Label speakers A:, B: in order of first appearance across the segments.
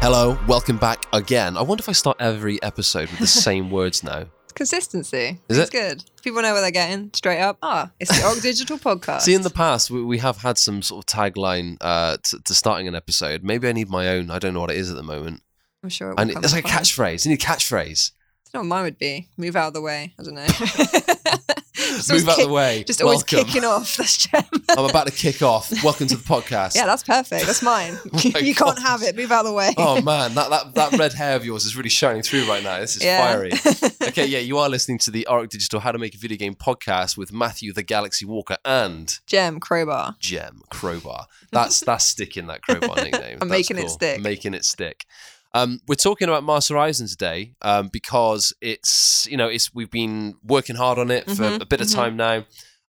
A: Hello, welcome back again. I wonder if I start every episode with the same words now.
B: It's consistency.
A: Is
B: it's
A: it?
B: good. People know where they're getting straight up. Ah, it's the Og Digital Podcast.
A: See, in the past, we, we have had some sort of tagline uh, to, to starting an episode. Maybe I need my own. I don't know what it is at the moment.
B: I'm sure it will
A: And
B: come
A: it's like a
B: fine.
A: catchphrase. You need a catchphrase.
B: I don't know what mine would be. Move out of the way. I don't know. just always
A: Move out
B: kick-
A: the way.
B: Just always
A: welcome.
B: kicking off. That's gem.
A: I'm about to kick off. Welcome to the podcast.
B: yeah, that's perfect. That's mine.
A: Oh my
B: you
A: God.
B: can't have it. Move out of the way.
A: Oh man, that, that that red hair of yours is really shining through right now. This is
B: Yeah.
A: fiery. Okay, yeah, you are listening to the Arc Digital How to Make a Video Game podcast with Matthew the Galaxy Walker and
B: Gem crowbar.
A: Gem Crowbar. That's that's sticking that crowbar nickname.
B: I'm
A: That's
B: making it stick.
A: Making it stick. Um, we're talking about Mars Horizon today um, because it's you know it's we've been working hard on it for
B: Mhm,
A: a bit of
B: mhm.
A: time now.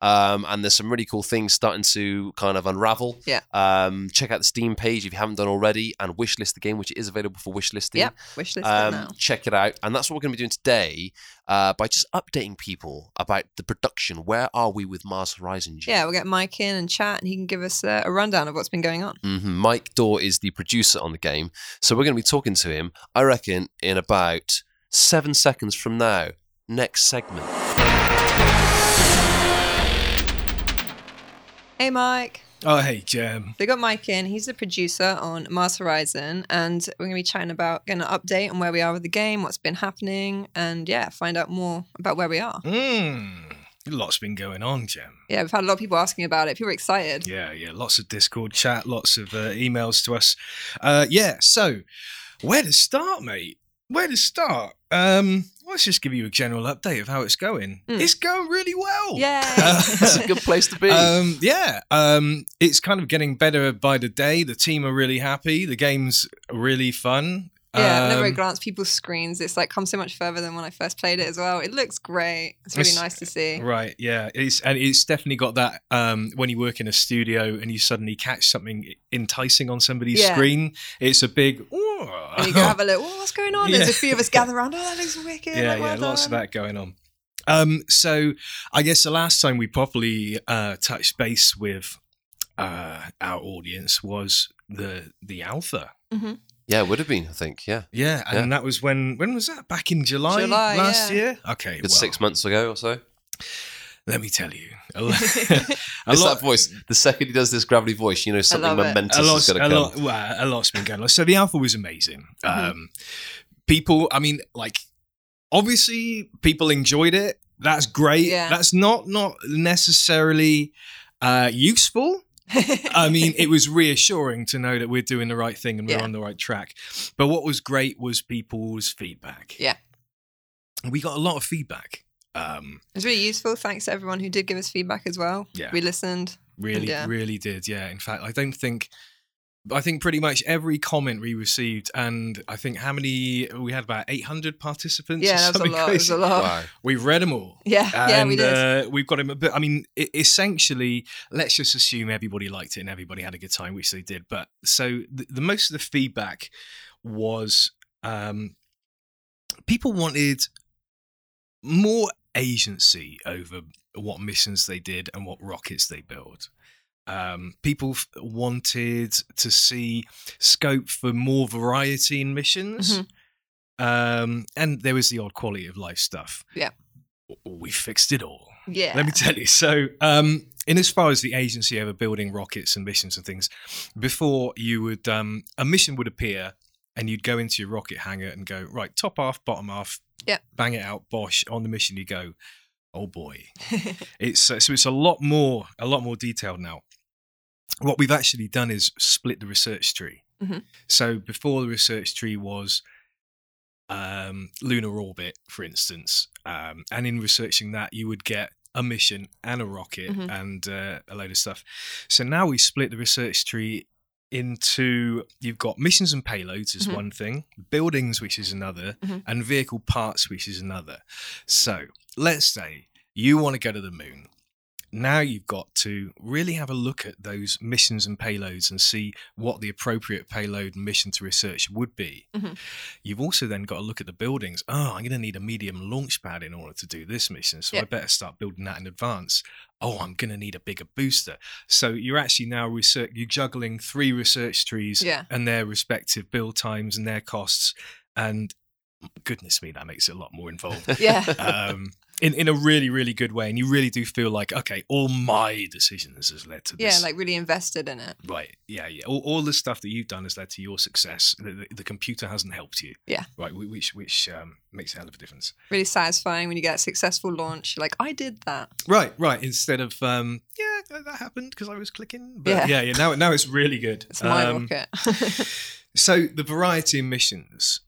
A: Um, and there's some really cool things starting to kind of unravel.
B: Yeah.
A: Um, check out the Steam page if you haven't done already, and wishlist the game, which is available for wishlisting.
B: Yep. Wish list done
A: Um,
B: now.
A: check it out. And that's what we're going to be doing today uh, by just updating people about the production. Where are we with Mars Horizon? Jim?
B: Yeah, we'll get Mike in and chat, and he can give us uh, a rundown of what's been going on.
A: hmm Mike Dorr is the producer on the game. So we're going to be talking to him, I reckon, in about seven seconds from now. Next segment.
B: Hey, Mike.
C: Oh, hey, Jam.
B: They got Mike in. He's the producer on Mars Horizon, and we're going to be chatting about getting an update on where we are with the game, what's been happening, and yeah, find out more about where we are.
C: Mmm. Lots been going on, Jam.
B: Yeah, we've had a lot of people asking about it. People are excited.
C: Yeah, yeah. Lots of Discord chat, lots of uh, emails to us. Uh, yeah, so where to start, mate? Where to start? Um, let's just give you a general update of how it's going.
B: Mm.
C: It's going really well.
A: That's
B: Yay!
A: a good place to be.
C: Um, yeah, um, it's kind of getting better by the day. The team are really happy. The game's really fun.
B: yeah, I've
C: Um,
B: never really glanced people's screens. It's like come so much further than when I first played it as well. It looks great. It's really
C: It's-
B: nice to see.
C: Right, yeah, it's and it's definitely got that um, when you work in a studio and you suddenly catch something enticing on somebody's
B: Yeah.
C: screen, it's a big. "Ooh."
B: And you go have a look. Oh, what's going on? There's a
C: Yeah.
B: few of us gather around. Oh, that looks wicked.
C: yeah,
B: like,
C: yeah,
B: well
C: lots of
B: done."
C: that going on. Um, so I guess the last time we properly uh, touched base with uh, our audience was the the alpha.
A: yeah, it would have been, I think. Yeah.
C: Yeah, and that was when when was that? Back in July,
B: July,
C: last
B: yeah.
C: year. Okay,
A: Good
C: well,
A: six months ago or so.
C: Let me tell you, a, lo- a
A: it's
C: lot
A: that voice. The second he does this gravity voice, you know something
B: love it.
A: momentous
C: a
A: is
C: lot,
A: going to
C: a
A: come.
C: lot, well, a lot's been going on. So the alpha was amazing.
B: Mhm.
C: Um, people, I mean, like, obviously, people enjoyed it. That's great.
B: Yeah.
C: That's not not necessarily uh, useful. I mean, it was reassuring to know that we're doing the right thing and we're
B: Yeah.
C: on the right track. But what was great was people's feedback.
B: Yeah.
C: we got a lot of feedback. Um,
B: It's really useful. Thanks to everyone who did give us feedback as well.
C: Yeah.
B: We listened.
C: Really,
B: Yeah.
C: really did. Yeah. In fact, I don't think. I think pretty much every comment we received, and I think how many we had about 800 participants. or
B: Yeah, that was a
C: something
B: lot. It was
C: crazy.
B: a lot.
A: Wow.
C: We've read them all.
B: Yeah, yeah, we
C: And,
B: did.
C: Uh, we've got him a bit. I mean, e- essentially, let's just assume everybody liked it and everybody had a good time, which they did. But so the, the most of the feedback was um, people wanted more agency over what missions they did and what rockets they built. Um, people f- wanted to see scope for more variety in missions. Um, and there was the odd quality of life stuff.
B: Yeah.
C: W- We fixed it all.
B: yeah.
C: Let me tell you. So, um, in as far as the agency over building rockets and missions and things, before you would, um, a mission would appear and you'd go into your rocket hangar and go, right, top half, bottom half,
B: Yep.
C: bang it out, bosh. On the mission, you go, oh boy. It's uh, so it's a lot more a lot more detailed now. What we've actually done is split the research tree.
B: Mhm.
C: So before the research tree was um, lunar orbit, for instance, um, and in researching that you would get a mission and a rocket
B: Mhm.
C: and uh, a load of stuff. So now we split the research tree into you've got missions and payloads is
B: Mhm.
C: one thing, buildings which is another,
B: Mhm.
C: and vehicle parts which is another. So let's say you want to go to the moon now you've got to really have a look at those missions and payloads and see what the appropriate payload and mission to research would be.
B: Mhm.
C: You've also then got to look at the buildings. Oh, I'm going to need a medium launch pad in order to do this mission, so I
B: Yeah.
C: better start building that in advance. Oh, I'm going to need a bigger booster. So you're actually now research. You're juggling three research trees
B: Yeah.
C: and their respective build times and their costs. And goodness me, that makes it a lot more involved
B: Yeah.
C: um, in in a really really good way, and you really do feel like okay, all my decisions has led to
B: Yeah,
C: this.
B: like really invested in it.
C: right, yeah, yeah. All, all the stuff that you've done has led to your success. The, the, the computer hasn't helped you.
B: Yeah.
C: right, wh- which which um, makes a hell of a difference.
B: Really satisfying when you get a successful launch. You're like, I did that.
C: Right, right. Instead of um, yeah, that- that happened because I was clicking. But yeah,
B: Yeah.
C: yeah. now now it's really good.
B: It's my
C: Um,
B: rocket.
C: So the variety of missions.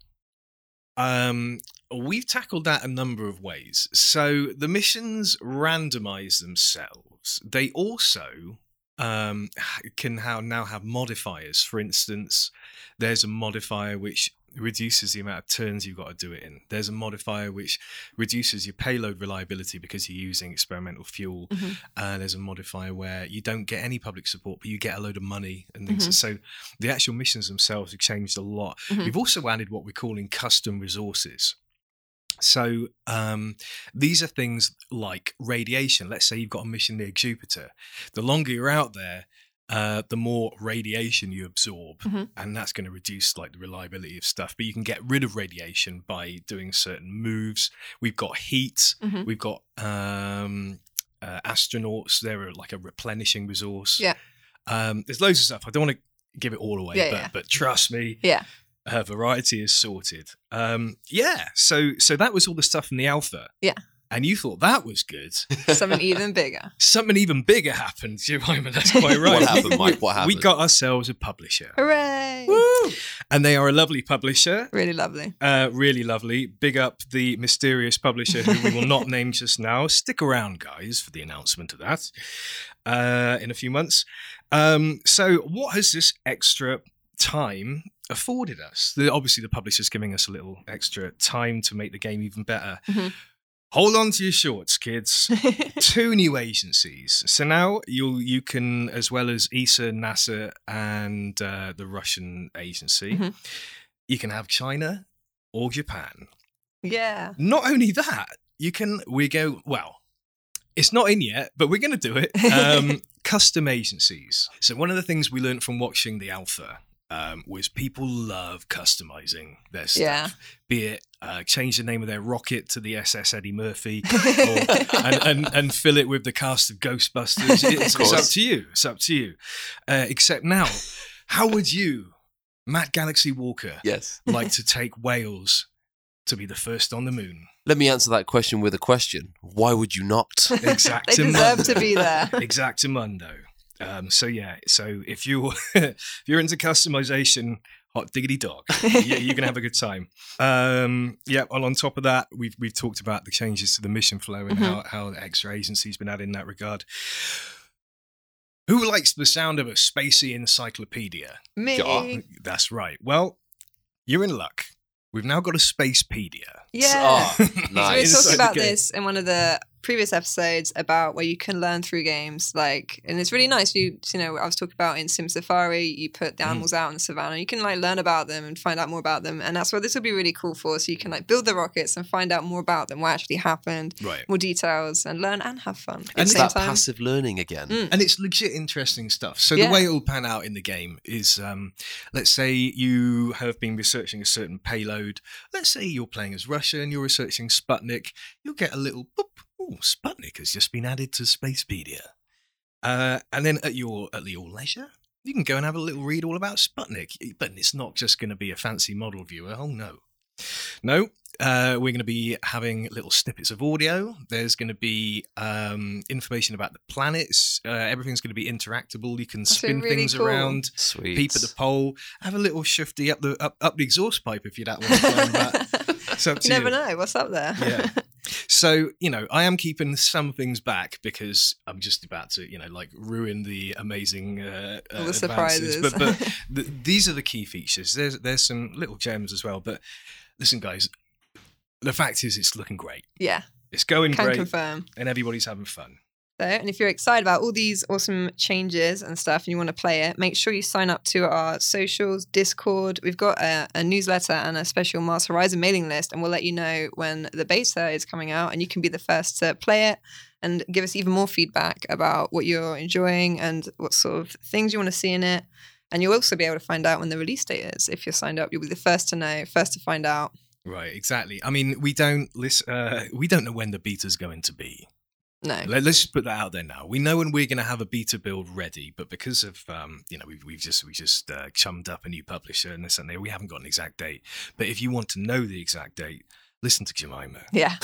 C: Um, we've tackled that a number of ways. So the missions randomize themselves. They also um, h- can how now have modifiers. For instance, there's a modifier which reduces the amount of turns you've got to do it in. There's a modifier which reduces your payload reliability because you're using experimental fuel.
B: Mhm.
C: Uh, there's a modifier where you don't get any public support, but you get a load of money and things.
B: Mhm.
C: So the actual missions themselves have changed a lot.
B: Mhm.
C: We've also added what we're calling custom resources. So um, these are things like radiation. Let's say you've got a mission near Jupiter. The longer you're out there, uh, the more radiation you absorb,
B: Mhm.
C: and that's going to reduce like the reliability of stuff. But you can get rid of radiation by doing certain moves. We've got heat.
B: Mhm.
C: We've got um, uh, astronauts. They're uh, like a replenishing resource.
B: Yeah.
C: Um, there's loads of stuff. I don't want to give it all away,
B: Yeah,
C: but,
B: yeah.
C: but trust me,
B: Yeah.
C: her variety is sorted. Um, yeah. So so that was all the stuff in the alpha.
B: Yeah.
C: And you thought that was good.
B: Something even bigger.
C: Something even bigger happened, Jemima. That's quite right.
A: What happened, Mike? What
C: We
A: happened?
C: got ourselves a publisher.
B: Hooray.
C: And they are a lovely publisher.
B: Really lovely.
C: Uh, really lovely. Big up the mysterious publisher who we will not name just now. Stick around, guys, for the announcement of that uh, in a few months. Um, so, what has this extra time afforded us? The, obviously, the publisher's giving us a little extra time to make the game even better.
B: Mhm.
C: Hold on to your shorts, kids. Two new agencies. So now you you can, as well as ESA, NASA, and uh, the Russian agency,
B: Mhm.
C: you can have China or Japan.
B: yeah.
C: Not only that, you can we go well. It's not in yet, but we're going to do it. Um, custom agencies. So one of the things we learned from watching the alpha um, was people love customizing their stuff.
B: Yeah.
C: Be it uh, change the name of their rocket to the SS Eddie Murphy, or, and, and and fill it with the cast of Ghostbusters. It's,
A: Of
C: it's up
A: course.
C: to you. It's up to you. Uh, except now, how would you, Matt Galaxy Walker,
A: yes.
C: like to take Wales to be the first on the moon?
A: Let me answer that question with a question. Why would you not?
C: Exactly.
B: They deserve to be there.
C: Exactamundo. Um, so yeah, so if you if you're into customization, hot diggity dog, you, you're gonna have a good time. Um, yeah, and on top of that, we've we've talked about the changes to the mission flow and how how the extra agency's been added in that regard. Who likes the sound of a spacey encyclopedia?
B: Me.
A: Yeah.
C: That's right. Well, you're in luck. We've now got a spacepedia.
B: Yeah.
A: Oh, nice.
B: So we were
C: Inside
B: talking
C: the
B: about
C: game.
B: this in one of the previous episodes about where you can learn through games, like, and it's really nice. You, you know, I was talking about in Sim Safari, you put the
C: Mhm.
B: animals out in the savannah, you can like learn about them and find out more about them, and that's what this will be really cool for. So you can like build the rockets and find out more about them, what actually happened,
C: Right.
B: more details, and learn and have fun. at
C: And
A: It's
B: the same
A: that
B: time.
A: passive learning again.
B: Mm.
C: and it's legit interesting stuff. So
B: Yeah.
C: the way it'll pan out in the game is, um, let's say you have been researching a certain payload. Let's say you're playing as Russia and you're researching Sputnik. You'll get a little boop. Oh, Sputnik has just been added to Spacepedia. Uh, and then at your at your leisure, you can go and have a little read all about Sputnik. Eh, But it's not just going to be a fancy model viewer. Oh no, no. Uh, we're going to be having little snippets of audio. There's going to be um, information about the planets. Uh, everything's going to be interactable. You can
B: That's
C: spin
B: really
C: things
B: cool.
C: around,
A: Sweet.
C: peep at the pole, have a little shifty up the up, up the exhaust pipe if you're that one. that. It's up
B: you
C: to
B: never know what's up there.
C: Yeah. so you know, I am keeping some things back because I'm just about to, you know, like ruin the amazing uh, uh,
B: All the
C: advances.
B: surprises.
C: But but th- these are the key features. There's there's some little gems as well. But listen, guys, the fact is, it's looking great.
B: yeah,
C: It's going
B: can
C: great,
B: confirm.
C: and everybody's having fun.
B: though. And if you're excited about all these awesome changes and stuff and you want to play it, make sure you sign up to our socials, Discord. We've got a, a newsletter and a special Mars Horizon mailing list, and we'll let you know when the beta is coming out and you can be the first to play it and give us even more feedback about what you're enjoying and what sort of things you want to see in it. And you'll also be able to find out when the release date is. If you're signed up, you'll be the first to know, first to find out.
C: Right, exactly. I mean, we don't listen, uh, we don't know when the beta's going to be.
B: No.
C: Let, us just put that out there now. We know when we're going to have a beta build ready, but because of um, you know we've, we've just we just uh, chummed up a new publisher and this and that, we haven't got an exact date. But if you want to know the exact date, listen to Jemima.
B: Yeah.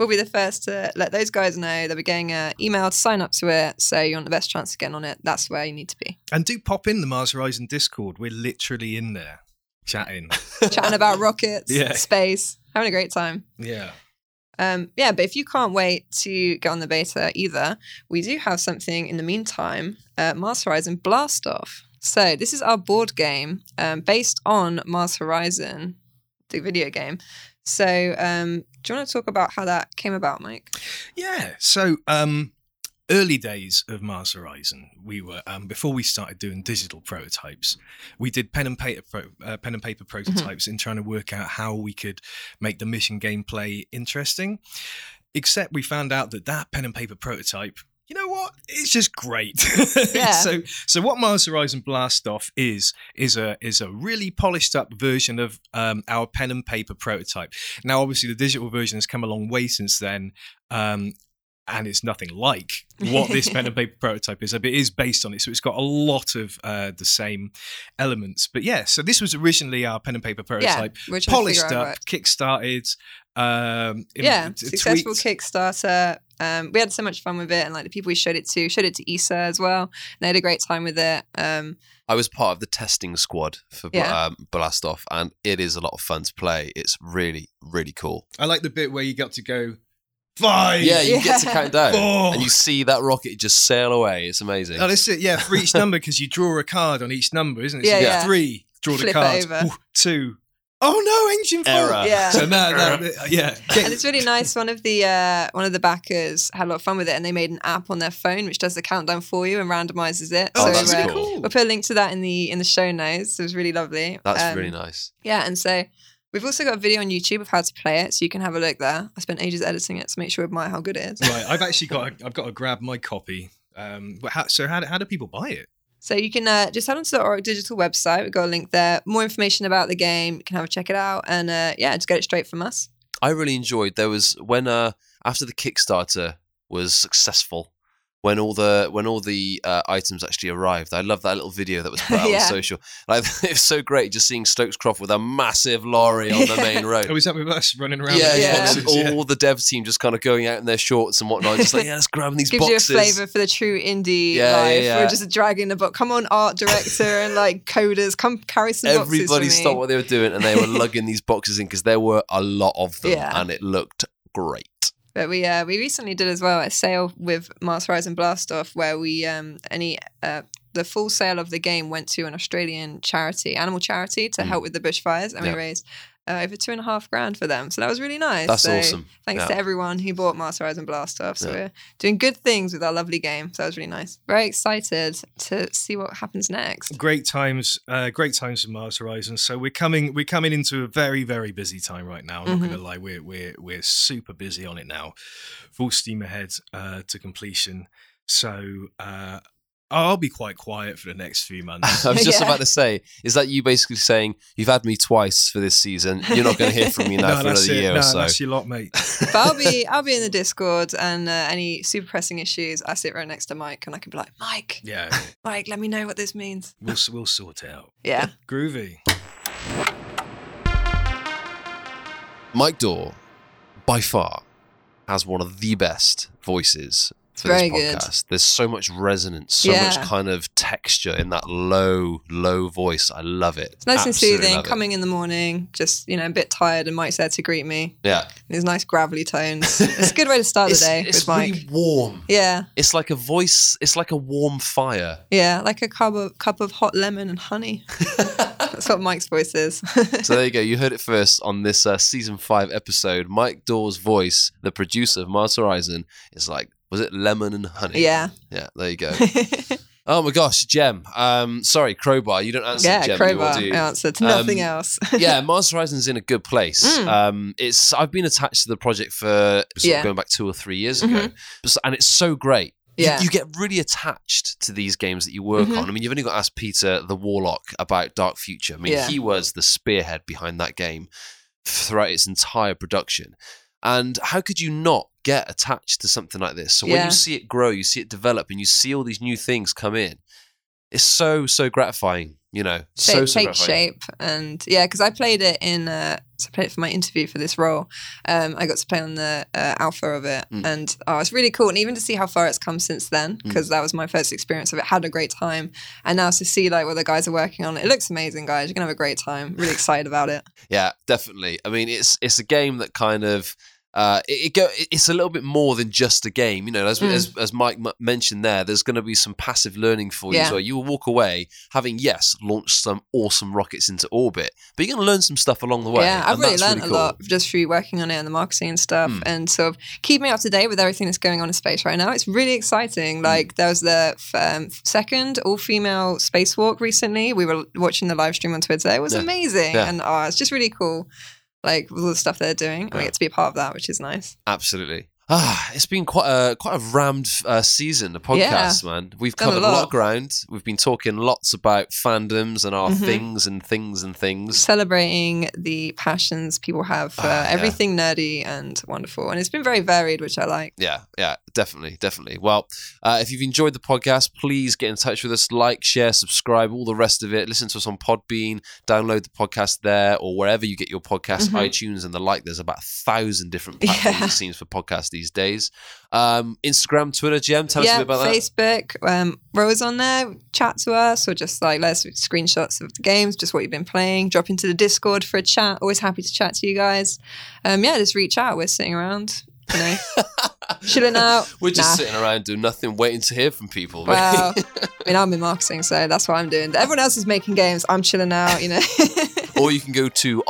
B: We'll be the first to let those guys know. They'll be getting an email to sign up to it. So you want the best chance of getting on it. That's where you need to be.
C: And do pop in the Mars Horizon Discord. We're literally in there chatting.
B: Chatting about rockets,
C: Yeah.
B: space, having a great time.
C: yeah.
B: Um, yeah, but if you can't wait to get on the beta either, we do have something in the meantime uh, Mars Horizon Blast Off. So this is our board game um, based on Mars Horizon, the video game. So um, do you want to talk about how that came about, Mike?
C: Yeah. So, um, early days of Mars Horizon, we were um, before we started doing digital prototypes, we did pen and paper pro- uh, pen and paper prototypes in trying to work out how we could make the mission gameplay interesting. Except we found out that that pen and paper prototype. You know what? It's just great.
B: Yeah.
C: so, so what Mars Horizon Blast Off is is a is a really polished up version of um, our pen and paper prototype. Now, obviously, the digital version has come a long way since then, um, and it's nothing like what this pen and paper prototype is. It is based on it, so it's got a lot of uh, the same elements. But yeah, so this was originally our pen and paper prototype,
B: yeah, we're trying to
C: polished
B: figure out how it
C: up,
B: works.
C: kickstarted. Um, im-
B: yeah,
C: t-
B: successful
C: tweaked.
B: Kickstarter. Um, we had so much fun with it, and like the people we showed it to, showed it to Issa as well, and they had a great time with it. Um,
A: I was part of the testing squad for Bla-
B: Yeah.
A: um, Blast Off, and it is a lot of fun to play. It's really, really cool.
C: I like the bit where you got to go five.
A: Yeah, you get to
B: Yeah.
A: count down,
C: four.
A: and you see that rocket just sail away. It's amazing.
C: Oh, that's it. Yeah, for each number because you draw a card on each number, isn't it?
B: Yeah,
C: so you
B: yeah.
C: get Three, draw the
B: Flip it
C: card.
B: over.
C: Ooh, two. Oh no, engine fault.
A: Error.
B: Yeah.
C: So now, now
A: uh,
C: yeah.
B: and it's really nice. One of the uh, one of the backers had a lot of fun with it, and they made an app on their phone which does the countdown for you and randomizes it.
A: Oh, that's
B: uh,
A: really cool.
B: We'll put a link to that in the in the show notes. It was really lovely.
A: That's
B: Um,
A: really nice.
B: Yeah, and so we've also got a video on YouTube of how to play it, so you can have a look there. I spent ages editing it to make sure admire how good it is.
C: Right, I've actually got. To, I've got to grab my copy. Um, but how, so how, do- how do people buy it?
B: So you can uh, just head onto the Auric Digital website. We've got a link there. More information about the game. You can have a check it out. And uh, yeah, just get it straight from us.
A: I really enjoyed. There was when uh, after the Kickstarter was successful, when all the when all the uh, items actually arrived. I love that little video that was put out
B: Yeah.
A: on social. Like it was so great just seeing Stokes Croft with a massive lorry on the
B: Yeah.
A: main road.
C: Oh, is that with us running around?
A: Yeah,
C: with
B: yeah.
A: yeah.
C: boxes?
A: all the dev team just kind of going out in their shorts and whatnot, just like yeah, let's grabbing these
B: Gives
A: boxes.
B: you a flavour for the true indie
A: Yeah, yeah,
B: life.
A: yeah.
B: We're just dragging the book. Come on, art director and like coders, come carry some
A: Everybody
B: boxes for
A: stopped
B: me.
A: what they were doing and they were lugging these boxes in because there were a lot of them
B: Yeah.
A: and it looked great.
B: But we uh, we recently did as well a sale with Mars Horizon Blast Off where we um any uh the full sale of the game went to an Australian charity, animal charity, to
A: Mm.
B: help with the bushfires, and
A: Yeah.
B: we raised. Uh, over two and a half grand for them, so that was really nice.
A: That's
B: So-
A: awesome.
B: Thanks
A: Yeah.
B: to everyone who bought Mars Horizon Blast off. So
A: Yeah.
B: we're doing good things with our lovely game. So that was really nice. Very excited to see what happens next.
C: Great times, uh, great times for Mars Horizon. So we're coming, we're coming into a very, very busy time right now. I'm not
B: Mhm.
C: going to lie, we're we're we're super busy on it now. Full steam ahead uh, to completion. So uh, I'll be quite quiet for the next few months.
A: I was just
B: Yeah.
A: about to say, is that you basically saying you've had me twice for this season? You're not going to hear from me now for another
C: it.
A: year
C: no,
A: or so.
C: that's your lot, mate.
B: But I'll be I'll be in the Discord and uh, any super pressing issues. I sit right next to Mike and I can be like, Mike,
C: Yeah,
B: Mike, let me know what this means.
C: we'll we'll sort it out.
B: Yeah.
C: Groovy.
A: Mike Dorr, by far, has one of the best voices for
B: Very
A: this
B: good.
A: podcast. There's so much resonance, so much
B: Yeah.
A: kind of texture in that low, low voice. I love it.
B: It's nice
A: Absolutely
B: and soothing.
A: love it.
B: Coming in the morning, just you know, a bit tired, and Mike's there to greet me.
A: Yeah.
B: These nice gravelly tones. it's a good way to start the
A: It's,
B: day
A: it's
B: with Mike.
A: really warm.
B: Yeah,
A: It's like a voice, it's like a warm fire.
B: yeah, like a cup of cup of hot lemon and honey. That's what Mike's voice is.
A: So there you go. You heard it first on this uh, season five episode. Mike Dawes' voice, the producer of Mars Horizon, is like Was it lemon and honey?
B: Yeah.
A: Yeah, there you go. oh my gosh, Gem. Um, sorry, Crowbar. You don't answer
B: yeah,
A: Gem. You
B: crowbar.
A: all do.
B: I answered nothing
A: Um,
B: else.
A: yeah, Mars Horizon's in a good place.
B: Mm.
A: Um, it's I've been attached to the project for sort of
B: Yeah. Mm-hmm.
A: going back two or three years ago, But- and it's so great. You-
B: Yeah.
A: You, get really attached to these games that you work
B: Mhm.
A: on. I mean, you've only got to ask Peter the Warlock about Dark Future. I mean,
B: Yeah.
A: he was the spearhead behind that game throughout its entire production. And how could you not get attached to something like this? So when
B: Yeah.
A: you see it grow, you see it develop, and you see all these new things come in, it's so so gratifying. You know,
B: so
A: so
B: it
A: so
B: takes
A: gratifying.
B: shape and yeah because i played it in uh so i played it for my interview for this role um i got to play on the uh, alpha of it
A: Mm.
B: and oh, it's really cool and even to see how far it's come since then
A: Hmm.
B: because that was my first experience of it had a great time and now to see like what the guys are working on it looks amazing guys you're gonna have a great time really excited about it
A: Yeah, definitely. I mean, it's it's a game that kind of uh, it, it go. It's a little bit more than just a game. You know, as
B: Mm.
A: as, as Mike m- mentioned there, there's going to be some passive learning for you
B: Yeah.
A: as well. You will walk away having yes, launched some awesome rockets into orbit, but you're going to learn some stuff along the way.
B: yeah i've
A: and
B: really
A: that's
B: learned
A: cool.
B: a lot just through working on it and the marketing and stuff
A: Mm.
B: and sort of keeping up to date with everything that's going on in space right now it's really exciting
A: Hmm.
B: like there was the f- um, second all-female spacewalk recently we were watching the live stream on twitter it was
A: Yeah.
B: amazing
A: Yeah.
B: and oh, it's just really cool like with all the stuff they're doing and we
A: Yeah.
B: get to be a part of that which is nice
A: Absolutely. Ah, it's been quite a quite a rammed uh, season. The podcast, man. We've
B: Done a
A: covered a lot.
B: lot.
A: of ground. We've been talking lots about fandoms and our
B: Mhm.
A: things and things and things.
B: celebrating the passions people have for
A: Ah, yeah.
B: everything nerdy and wonderful and it's been very varied which i like
A: yeah yeah definitely definitely well uh, if you've enjoyed the podcast please get in touch with us like share subscribe all the rest of it listen to us on podbean download the podcast there or wherever you get your podcast
B: Mhm.
A: itunes and the like there's about a thousand different platforms
B: Yeah.
A: it seems for podcasts these days um, instagram twitter gem tell us
B: yeah,
A: a bit about that
B: Facebook. Um, Rose on there, chat to us, or just like let us screenshots of the games, just what you've been playing. Drop into the Discord for a chat. Always happy to chat to you guys. Um, yeah, just reach out. We're sitting around, you know, chilling out.
A: we're just
B: Nah.
A: sitting around doing nothing waiting to hear from people really.
B: Well, I mean, I'm in marketing, so that's what I'm doing. Everyone else is making games. I'm chilling out, you know.
A: or you can go to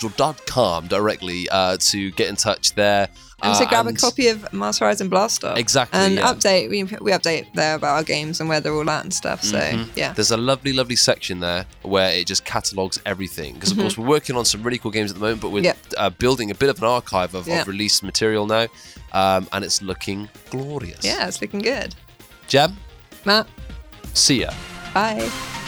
A: auradigital.com directly uh, to get in touch there
B: and to
A: Uh,
B: grab
A: and-
B: a copy of Mars Horizon Blast Off.
A: Exactly,
B: And
A: yeah.
B: update. We, we update there about our games and where they're all at and stuff. So yeah.
A: There's a lovely, lovely section there where it just catalogs everything. Because, of course, we're working on some really cool games at the moment, but we're
B: Mm-hmm. Yeah.
A: uh, building a bit of an archive of,
B: Yeah.
A: of released material now. Um, and it's looking glorious.
B: Yeah, it's looking good.
A: Jam,
B: Matt,
A: see ya.
B: bye.